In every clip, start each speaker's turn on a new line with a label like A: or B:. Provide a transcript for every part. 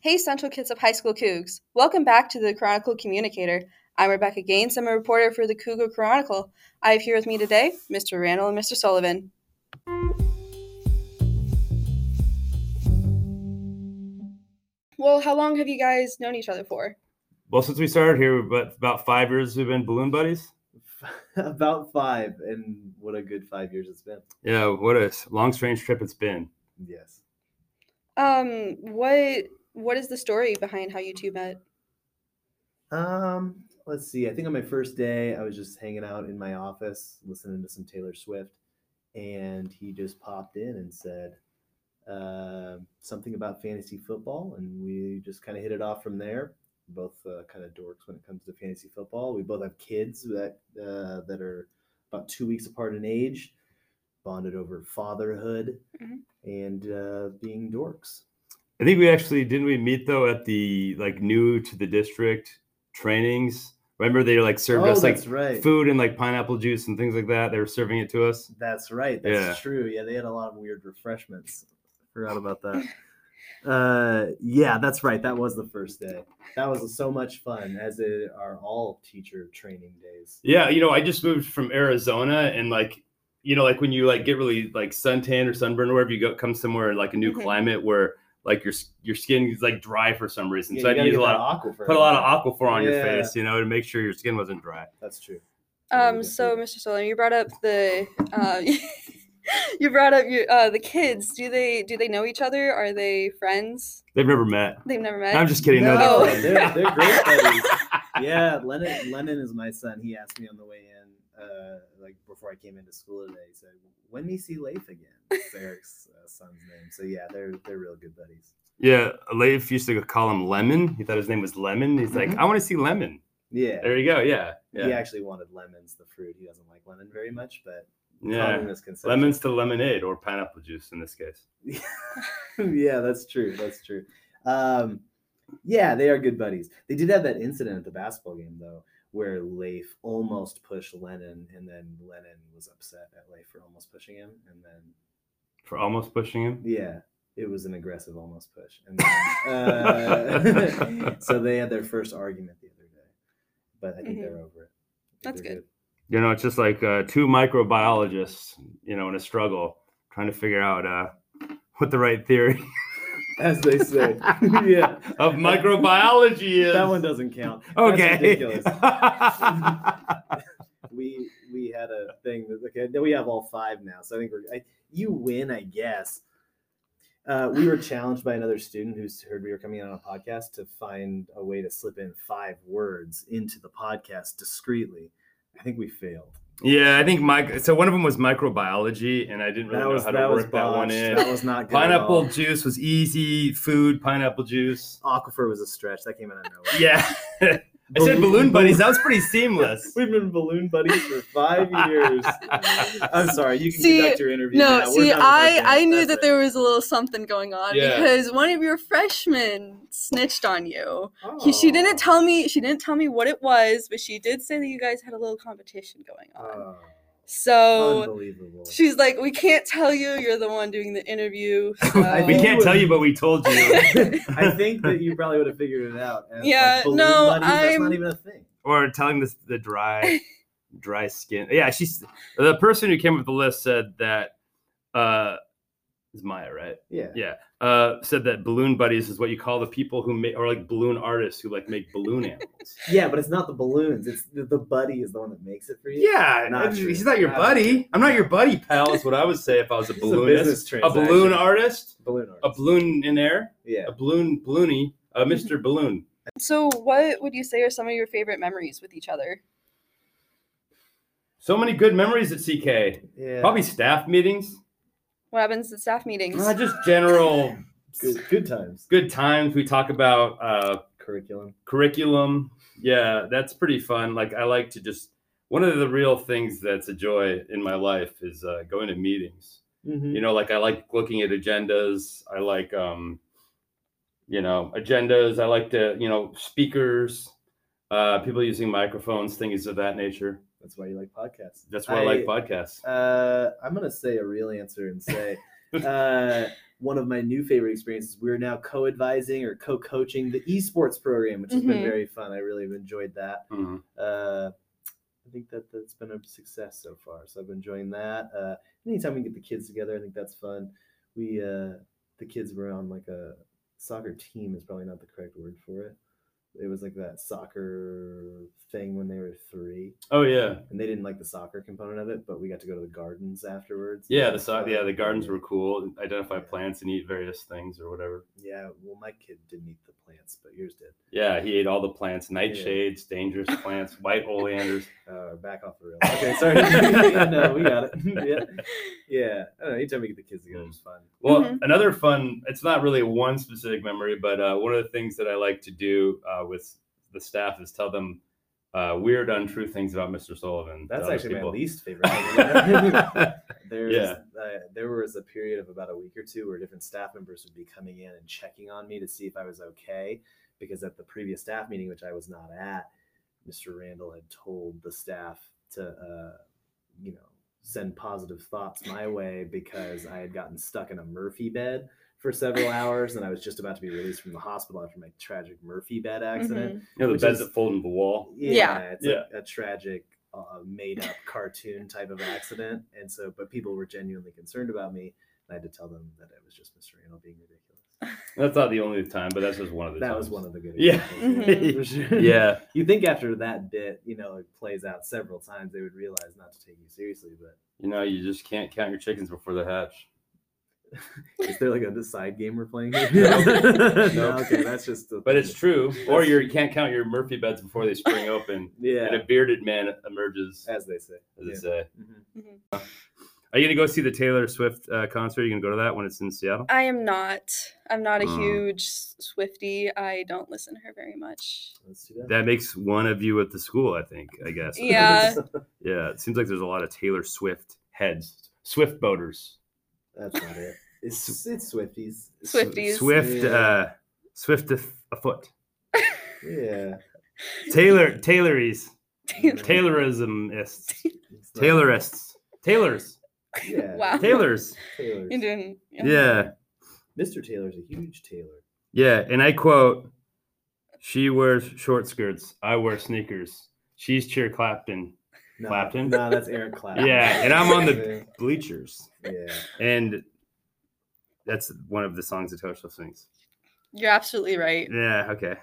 A: Hey, Central Kids of High School Cougs. Welcome back to the Chronicle Communicator. I'm Rebecca Gaines. I'm a reporter for the Cougar Chronicle. I have here with me today Mr. Randall and Mr. Sullivan. Well, how long have you guys known each other for?
B: Well, since we started here, but about five years we've been balloon buddies.
C: About five, and what a good five years it's been.
B: Yeah, what a s- long, strange trip it's been.
C: Yes.
A: Um, what what is the story behind how you two met?
C: Um, let's see. I think on my first day, I was just hanging out in my office listening to some Taylor Swift, and he just popped in and said uh, something about fantasy football, and we just kind of hit it off from there. Both uh, kind of dorks when it comes to fantasy football. We both have kids that uh, that are about two weeks apart in age, bonded over fatherhood
A: Mhm.
C: and uh, being dorks.
B: I think we actually didn't we meet though at the like new to the district trainings. Remember they like served
C: oh,
B: us like
C: that's right.
B: food and like pineapple juice and things like that. They were serving it to us.
C: That's right. That's
B: Yeah.
C: true. Yeah, they had a lot of weird refreshments. Forgot about that. Uh, yeah, that's right. That was the first day. That was so much fun, as it are all teacher training days.
B: Yeah, you know, I just moved from Arizona and like you know, like when you like get really like suntan or sunburn or wherever you go come somewhere like a new
C: Mm-hmm.
A: Mhm.
B: climate where like your s- your skin is like dry for some reason.
C: Yeah,
B: so I had
C: you
B: to
C: gotta
B: use a
C: get
B: lot
C: that
B: of
C: aquifer
B: put a
C: in
B: lot of
C: there.
B: aquaphor on your
C: Yeah.
B: face, you know, to make sure your skin wasn't dry.
C: That's true.
A: Um, so Mr. Sullivan, you brought up the uh, you brought up your uh, the kids. Do they do they know each other? Are they friends?
B: They've never met.
A: They've never met.
B: I'm just kidding. No,
A: No,
B: they're,
C: they're- Uh, they're great buddies. yeah, Lennon. Lennon is my son. He asked me on the way in, uh, like before I came into school today. He said, "When do you see Leif again?" It's Eric's uh, son's name. So yeah, they're they're real good buddies.
B: Yeah, Leif used to call him Lemon. He thought his name was Lemon. He's like,
C: Mhm.
B: I want to see Lemon.
C: Yeah.
B: There you go. Yeah,
C: He
B: yeah,
C: actually wanted lemons, the fruit. He doesn't like lemon very much, but
B: yeah.
C: common misconception.
B: Lemons to lemonade or pineapple juice in this case.
C: yeah, that's true. That's true. Um, yeah, they are good buddies. They did have that incident at the basketball game though, where Leif almost pushed Lennon, and then Lennon was upset at Leif for almost pushing him, and then
B: For almost pushing him.
C: yeah, it was an aggressive almost push, and then, uh, so they had their first argument the other day, but I think they're over it. I think
A: Mm-hmm. That's
C: they're
A: good.
B: You know, it's just like uh, two microbiologists, you know, in a struggle trying to figure out uh, what the right theory
C: as they say. yeah.
B: of microbiology is.
C: That one doesn't count. That's
B: Okay.
C: ridiculous. we we had a thing that okay then we have all five now so i think we're I, you win i guess uh, we were challenged by another student who's heard we were coming out on a podcast to find a way to slip in five words into the podcast discreetly i think we failed
B: yeah, I think Mike. So one of them was microbiology, and I didn't really
C: that
B: know
C: was
B: how
C: that
B: to
C: was
B: work that one
C: botched.
B: in.
C: that was not good at
B: Pineapple
C: all.
B: juice was easy. Food, pineapple juice.
C: aquifer was a stretch that came out of nowhere
B: Yeah. I said balloon buddies. That was pretty seamless.
C: We've been balloon buddies for five years. I'm sorry. You can
A: See,
C: conduct your interview.
A: No,
C: now. We're
A: see,
C: done with
A: I
C: this.
A: I knew
C: That's
A: that
C: it.
A: there was a little something going on
B: Yeah.
A: because one of your freshmen snitched on you. He, she didn't tell me she didn't tell me what it was, but she did say that you guys had a little competition going on.
C: Oh,
A: so
C: unbelievable.
A: she's like, "We can't tell you. You're the one doing the interview."
C: I
A: So.
B: we
C: think
B: can't
C: it
B: tell
C: was-
B: you, but we told you.
C: I think that you probably would have figured it out. And,
A: Yeah,
C: balloon
A: no,
C: That's
A: I'm-
C: not even a thing.
B: or telling this the dry, dry skin. Yeah, she's the person who came up with the list said that. uh is Maya right?
C: Yeah.
B: Yeah. Uh, said that balloon buddies is what you call the people who make, or like balloon artists who like make balloon animals.
C: Yeah, but it's not the balloons. It's the, the buddy is the one that makes it for you.
B: Yeah,
C: Not
B: I-
C: true.
B: he's not your
C: Not
B: buddy.
C: true.
B: I'm not your buddy, pal. Is what I would say if I was a
C: It's
B: balloonist,
C: business
B: a, balloon
C: transaction.
B: artist,
C: Balloon artist.
B: a balloon in air,
C: yeah.
B: a balloon balloony, a Mister Balloon.
A: so, what would you say are some of your favorite memories with each other?
B: So many good memories at CK.
C: Yeah.
B: Probably staff meetings,
A: What happens at staff meetings?
B: Uh, just general
C: good, good times.
B: good times. We talk about uh,
C: Curriculum.
B: curriculum. Yeah, that's pretty fun. Like I like to just one of the real things that's a joy in my life is uh, going to meetings.
C: Mm-hmm.
B: you know like i like looking at agendas i like um you know agendas i like to you know speakers uh people using microphones things of that nature
C: That's why you like podcasts.
B: that's why i, like podcasts
C: podcasts. Uh, I'm gonna say a real answer and say, uh, one of my new favorite experiences. We're now co-advising or co-coaching the esports program, which has
A: Mhm.
C: been very fun. I really have enjoyed that.
B: Mhm.
C: Uh, I think that that's been a success so far. So I've been enjoying that. Uh, anytime we get the kids together, I think that's fun. We uh, the kids were on like a soccer team is probably not the correct word for it. It was like that soccer thing when they were three,
B: Oh yeah,
C: and they didn't like the soccer component of it, but we got to go to the gardens afterwards.
B: yeah. The
C: That's
B: so-
C: fun.
B: yeah the gardens were cool. Identify plants and eat various things or whatever.
C: Yeah, well, my kid didn't eat the plants, but yours did.
B: Yeah, he ate all the plants, nightshades, dangerous plants, white oleanders.
C: Uh, back off the rail. Okay, sorry. Yeah, no, we got it. yeah. yeah. I don't know. Anytime we get the kids together, it's fun.
B: Well,
A: Mhm.
B: another fun, it's not really one specific memory, but uh, one of the things that I like to do uh, with the staff is tell them uh, weird, untrue things about Mr. Sullivan. to
C: That's
B: other
C: actually
B: people.
C: my least favorite. memory. There's, uh, there was a period of about a week or two where different staff members would be coming in and checking on me to see if I was okay, because at the previous staff meeting, which I was not at, Mr. Randall had told the staff to, uh, you know, send positive thoughts my way because I had gotten stuck in a Murphy bed for several hours and I was just about to be released from the hospital after my tragic Murphy bed accident.
A: Mhm.
B: You know, the
C: which
B: beds
C: is-
B: that fold into the wall.
A: Yeah.
C: Yeah, it's Like a tragic, uh, made-up cartoon type of accident, and so but people were genuinely concerned about me, and I had to tell them that it was just Mr. Randall being ridiculous.
B: That's not the only time, but that's just one of the
C: That
B: times.
C: was one of the good.
B: Yeah.
C: examples, yeah, for sure.
B: Yeah.
C: You think after that bit, you know, it plays out several times, they would realize not to take you seriously. But
B: You know, you just can't count your chickens before they hatch.
C: is there like a this side game we're playing?
B: No.
C: no.
B: No.
C: okay, that's just. The
B: But it's true. Or you're, you can't count your Murphy beds before they spring open. And
C: Yeah,
B: a bearded man emerges,
C: as they say.
B: as they
C: Yeah.
B: say.
C: Mhm.
B: Are you going to go see the Taylor Swift uh, concert? Are you going to go to that when it's in Seattle?
A: I am not. I'm not a
B: Mm.
A: huge Swifty. I don't listen to her very much.
C: Let's do that.
B: That makes one of you at the school, I think, I guess.
A: Yeah.
B: Yeah, it seems like there's a lot of Taylor Swift heads, Swift boaters,
C: That's not it. It's, it's Swifties.
B: S-
A: Swifties.
B: Swift,
C: Yeah.
B: uh, Swift af- afoot,
C: Yeah.
B: Taylor, Taylories, Mm.
A: Taylor-
B: Taylorismists,
C: It's not-
B: Taylorists, Taylors,
C: Yeah.
A: Wow.
B: Taylors.
C: Taylor's.
A: You didn't.
B: Yeah,
C: Mr. Taylor's a huge Taylor.
B: yeah. And I quote: "She wears short skirts. I wear sneakers. She's cheer Clapton.
C: No,
B: Clapton?
C: No, that's Eric Clapton.
B: Yeah, and I'm on the bleachers."
C: Yeah. yeah.
B: And that's one of the songs that Taylor Swift sings.
A: You're absolutely right.
B: Yeah. Okay.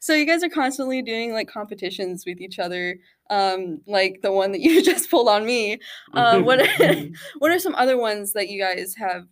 A: So you guys are constantly doing like competitions with each other, um, like the one that you just pulled on me. Uh, what are, what are some other ones that you guys have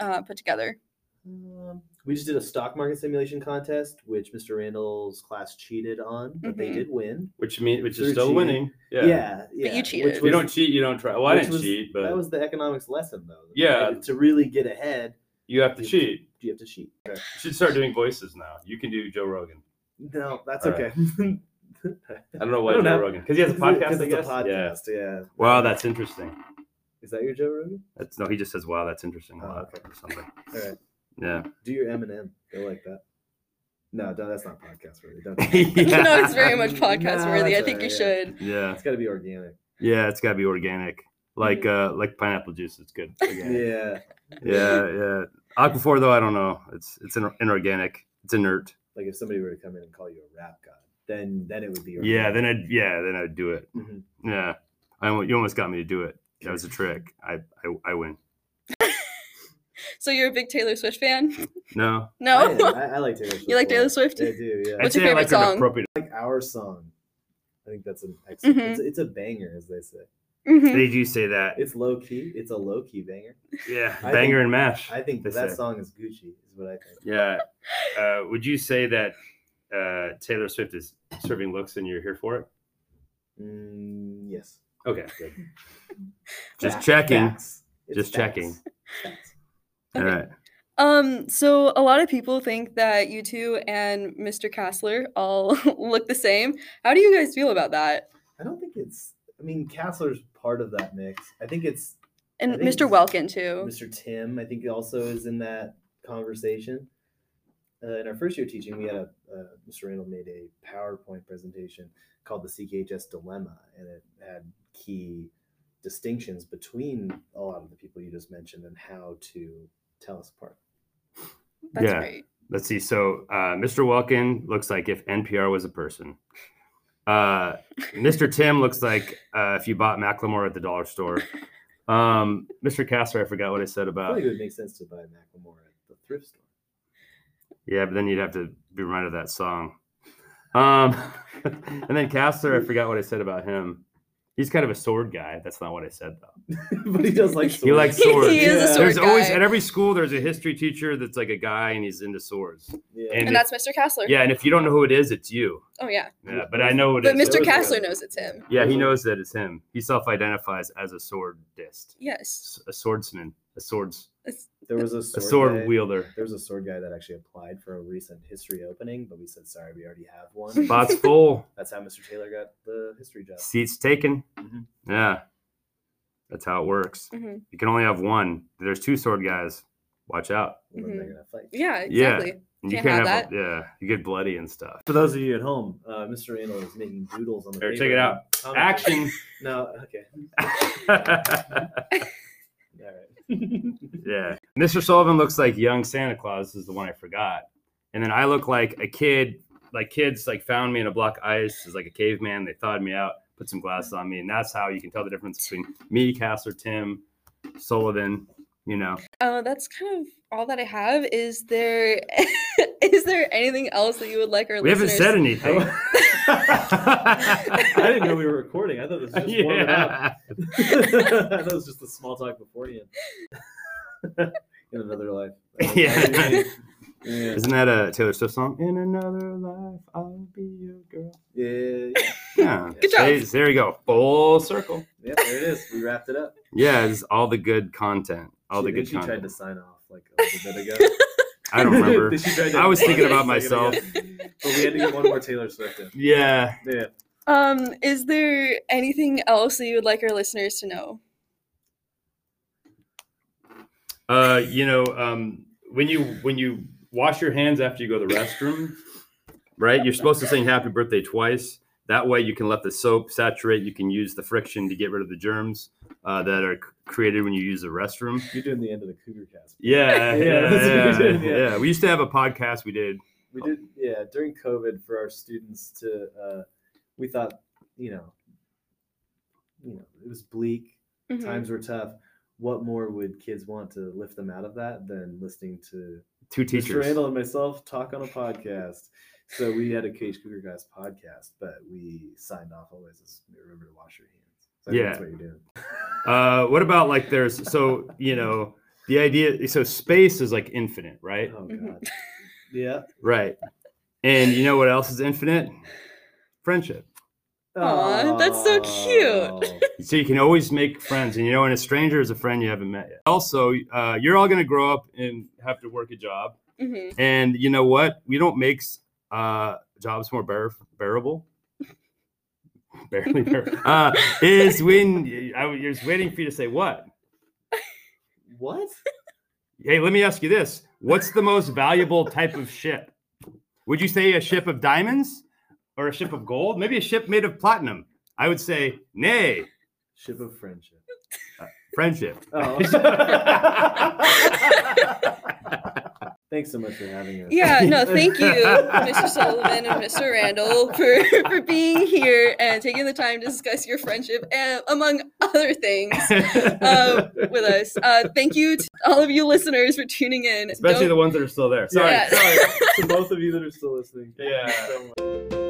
A: uh, put together?
C: Um, we just did a stock market simulation contest, which Mr. Randall's class cheated on, but they
A: Mhm.
C: did win.
B: which mean which is
C: Through
B: still
C: cheating.
B: winning. Yeah.
C: yeah. yeah,
A: you
C: which
A: cheated.
B: If you
C: was-
B: don't cheat, you don't try. Well, I
C: which
B: didn't
C: was-
B: cheat, but
C: That was the economics lesson, though.
B: Yeah.
C: To really get ahead,
B: you have to
C: you-
B: cheat.
C: you have to cheat.
B: You should start doing voices now. You can do Joe Rogan.
C: No, that's
B: All
C: okay.
B: right. I don't know why
C: I don't
B: Joe
C: have-
B: Rogan because he has a podcast. I
C: It's a
B: guess. Yeah.
C: podcast, yeah.
B: Wow, that's interesting.
C: Is that your Joe Rogan?
B: That's no, he just says wow, that's interesting a
C: Oh,
B: lot
C: okay.
B: or something.
C: All right.
B: Yeah.
C: Do your Eminem. Go like that. No, no, that's not podcast worthy. Don't.
B: yeah.
A: no, it's very much
C: No,
A: podcast worthy. I
C: that's
A: think you
C: alright.
A: should.
B: Yeah.
C: It's got to be organic.
B: Yeah, it's gotta be organic. Like uh like pineapple juice, it's good. Organic.
C: Yeah.
B: yeah, yeah. Aquaphor though, I don't know. It's it's in, inorganic. It's inert.
C: Like if somebody were to come in and call you a rap god, then then it would be. Organic.
B: Yeah, then I'd yeah, then I'd do it.
C: Mhm.
B: Yeah, I almo- you almost got me to do it. That was a trick. I I, I win.
A: So you're a big Taylor Swift fan?
B: No,
C: I,
A: No.
C: am. I, I like Taylor Swift.
A: like
C: a lot.
A: Taylor Swift?
C: I do. Yeah.
A: What's
B: I'd
A: your favorite
B: say I like her to
A: song?
B: appropriate-
C: I like our song. I think that's an excellent.
A: Mhm.
C: It's, it's a banger, as they say.
A: Mhm.
B: Did you say that?
C: It's low key. It's a low key banger.
B: Yeah,
C: I
B: banger
C: think-
B: and mash.
C: I think
B: They
C: that
B: say.
C: song is Gucci. Is what I think.
B: Yeah. Uh, would you say that uh, Taylor Swift is serving looks and you're here for it?
C: Mm, yes.
B: Okay, good. Just
C: Facts.
B: checking.
C: Facts. It's
B: Just
C: facts.
B: checking.
C: Facts.
B: All
A: Okay.
B: right.
A: Um, so a lot of people think that you two and Mr. Castler all look the same. How do you guys feel about that?
C: I don't think it's. I mean, Castler's part of that mix. I think it's
A: And
C: think
A: Mr.
C: it's-
A: Welkin too.
C: Mr. Tim, I think, also is in that conversation. Uh, in our first year teaching, we had a uh, Mr. Randall made a PowerPoint presentation called the CKHS Dilemma, and it had key distinctions between a lot of the people you just mentioned and how to tell us apart.
A: That's
B: Yeah.
A: great.
B: Let's see. So, uh, Mr. Welkin looks like if NPR was a person. Uh, Mr. Tim looks like uh, if you bought Macklemore at the dollar store. Um, Mr. Castor, I forgot what I said
C: I
B: about.
C: feel like it would make sense to buy Macklemore at the thrift store.
B: Yeah, but then you'd have to be reminded of that song. Um, and then Castor, I forgot what I said about him. He's kind of a sword guy. That's not what I said though.
C: but he does like swords.
B: He likes
A: He
B: swords.
A: is
C: Yeah.
A: a sword
B: There's
A: guy.
B: always at every school there's a history teacher that's like a guy and he's into swords.
C: Yeah.
B: And
A: and that's Mr. Castler.
B: Yeah, and if you don't know who it is, it's you.
A: Oh yeah.
B: Yeah, but I know what
A: But
B: it is.
A: Mr.
C: Castler
A: Castler knows it's him.
B: Yeah, he knows that it's him. He self-identifies as a swordist,
A: Yes.
B: s- a swordsman, a swords,
C: there was a
B: a
C: sword,
B: sword
C: guy-
B: wielder.
C: There was a sword guy that actually applied for a recent history opening, but we said sorry, we already have one.
B: Spots full,
C: That's how Mr. Taylor got the history job.
B: seats taken.
C: Mhm.
B: Yeah, that's how it works.
A: hmm
B: You can only have one. There's two sword guys. Watch out.
C: Well, then they're gonna
A: Mm-hmm.
C: fight.
A: Yeah.
B: Yeah.
A: Exactly.
B: And you
A: Can't
B: can't,
A: have
B: have, yeah, you get bloody and stuff.
C: For those of you at home, uh, Mr. Randall is making doodles on the
B: Here,
C: paper.
B: check it out.
C: Um,
B: Action.
C: No, okay.
B: yeah.
C: All right.
B: Mr. Sullivan looks like young Santa Claus is the one I forgot. And then I look like a kid, like kids like found me in a block of ice as like a caveman. They thawed me out, put some glasses on me, and that's how you can tell the difference between me, Cassler, Tim, Sullivan, you know.
A: Uh, that's kind of all that I have. Is there is there anything else that you would like our
B: We haven't
A: listeners?
B: said anything.
C: I didn't know we were recording. I thought this was just warming up.
B: yeah.
C: I thought it was just a small talk beforehand. In another life.
B: Yeah.
C: Yeah.
B: Isn't that a Taylor Swift song? In another life, I'll be your girl.
C: Yeah.
B: Yeah.
A: Good job.
B: There- there you go. Full circle.
C: Yeah, there it is. We wrapped it up.
B: Yeah, it's all the good content. All
C: she,
B: the
C: I think
B: good
C: She tried
B: content.
C: to sign off like a little bit ago.
B: I don't remember.
C: She tried to-
B: I was
A: thinking
B: about
C: Like a second ago. but we had to get one more Taylor Swift in.
B: yeah.
C: Yeah.
A: Um, is there anything else that you would like our listeners to know?
B: Uh, you know, um, when you when you wash your hands after you go to the restroom, right? You're supposed to sing happy birthday twice. That way you can let the soap saturate. You can use the friction to get rid of the germs uh, that are c- created when you use the restroom.
C: You're doing the end of the Cougar cast.
B: Yeah,
C: Yeah,
B: yeah,
C: that's
B: yeah,
C: what we did, yeah.
B: yeah. We used to have a podcast we did.
C: We did, yeah, during COVID for our students to, uh, we thought, you know, you know, it was bleak.
A: Mhm.
C: Times were tough. What more would kids want to lift them out of that than listening to
B: Two
C: Mr.
B: teachers.
C: Randall and myself talk on a podcast? So we had a Cage Cougar Guys podcast, but we signed off always as remember to wash your hands. So I think
B: Yeah.
C: that's what you're doing.
B: Uh, what about like there's so you know the idea so space is like infinite, right?
C: Oh
A: Mhm.
C: god. Yeah.
B: Right. And you know what else is infinite? Friendship.
A: Aw, that's so cute.
C: Aw.
B: So you can always make friends, and you know, and a stranger is a friend you haven't met yet. Also, uh, you're all going to grow up and have to work a job,
A: Mhm.
B: and you know what? We don't make uh, jobs more bear- bearable. Barely bearable. Uh, is when I was just waiting for you to say what?
C: What?
B: Hey, let me ask you this: What's the most valuable type of ship? Would you say a ship of diamonds or a ship of gold? Maybe a ship made of platinum. I would say nay,
C: Ship of friendship.
B: friendship.
C: Oh. Thanks so much for having us.
A: Yeah, no, thank you, Mr. Sullivan and Mr. Randall, for, for being here and taking the time to discuss your friendship and among other things uh, with us. Uh, thank you to all of you listeners for tuning in.
B: Especially
A: Don't-
B: the ones that are still there. Sorry.
A: Yeah.
C: Sorry to both of you that are still listening. Thank you
B: Yeah.
C: so much.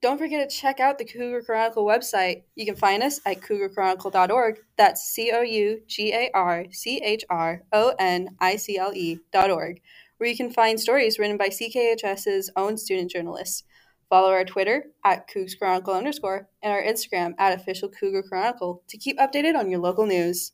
A: Don't forget to check out the Cougar Chronicle website. You can find us at cougarchronicle.org. That's C O U G A R C H R O N I C L E dot org, where you can find stories written by CKHS's own student journalists. Follow our Twitter at Cougs Chronicle underscore and our Instagram at Official Cougar Chronicle to keep updated on your local news.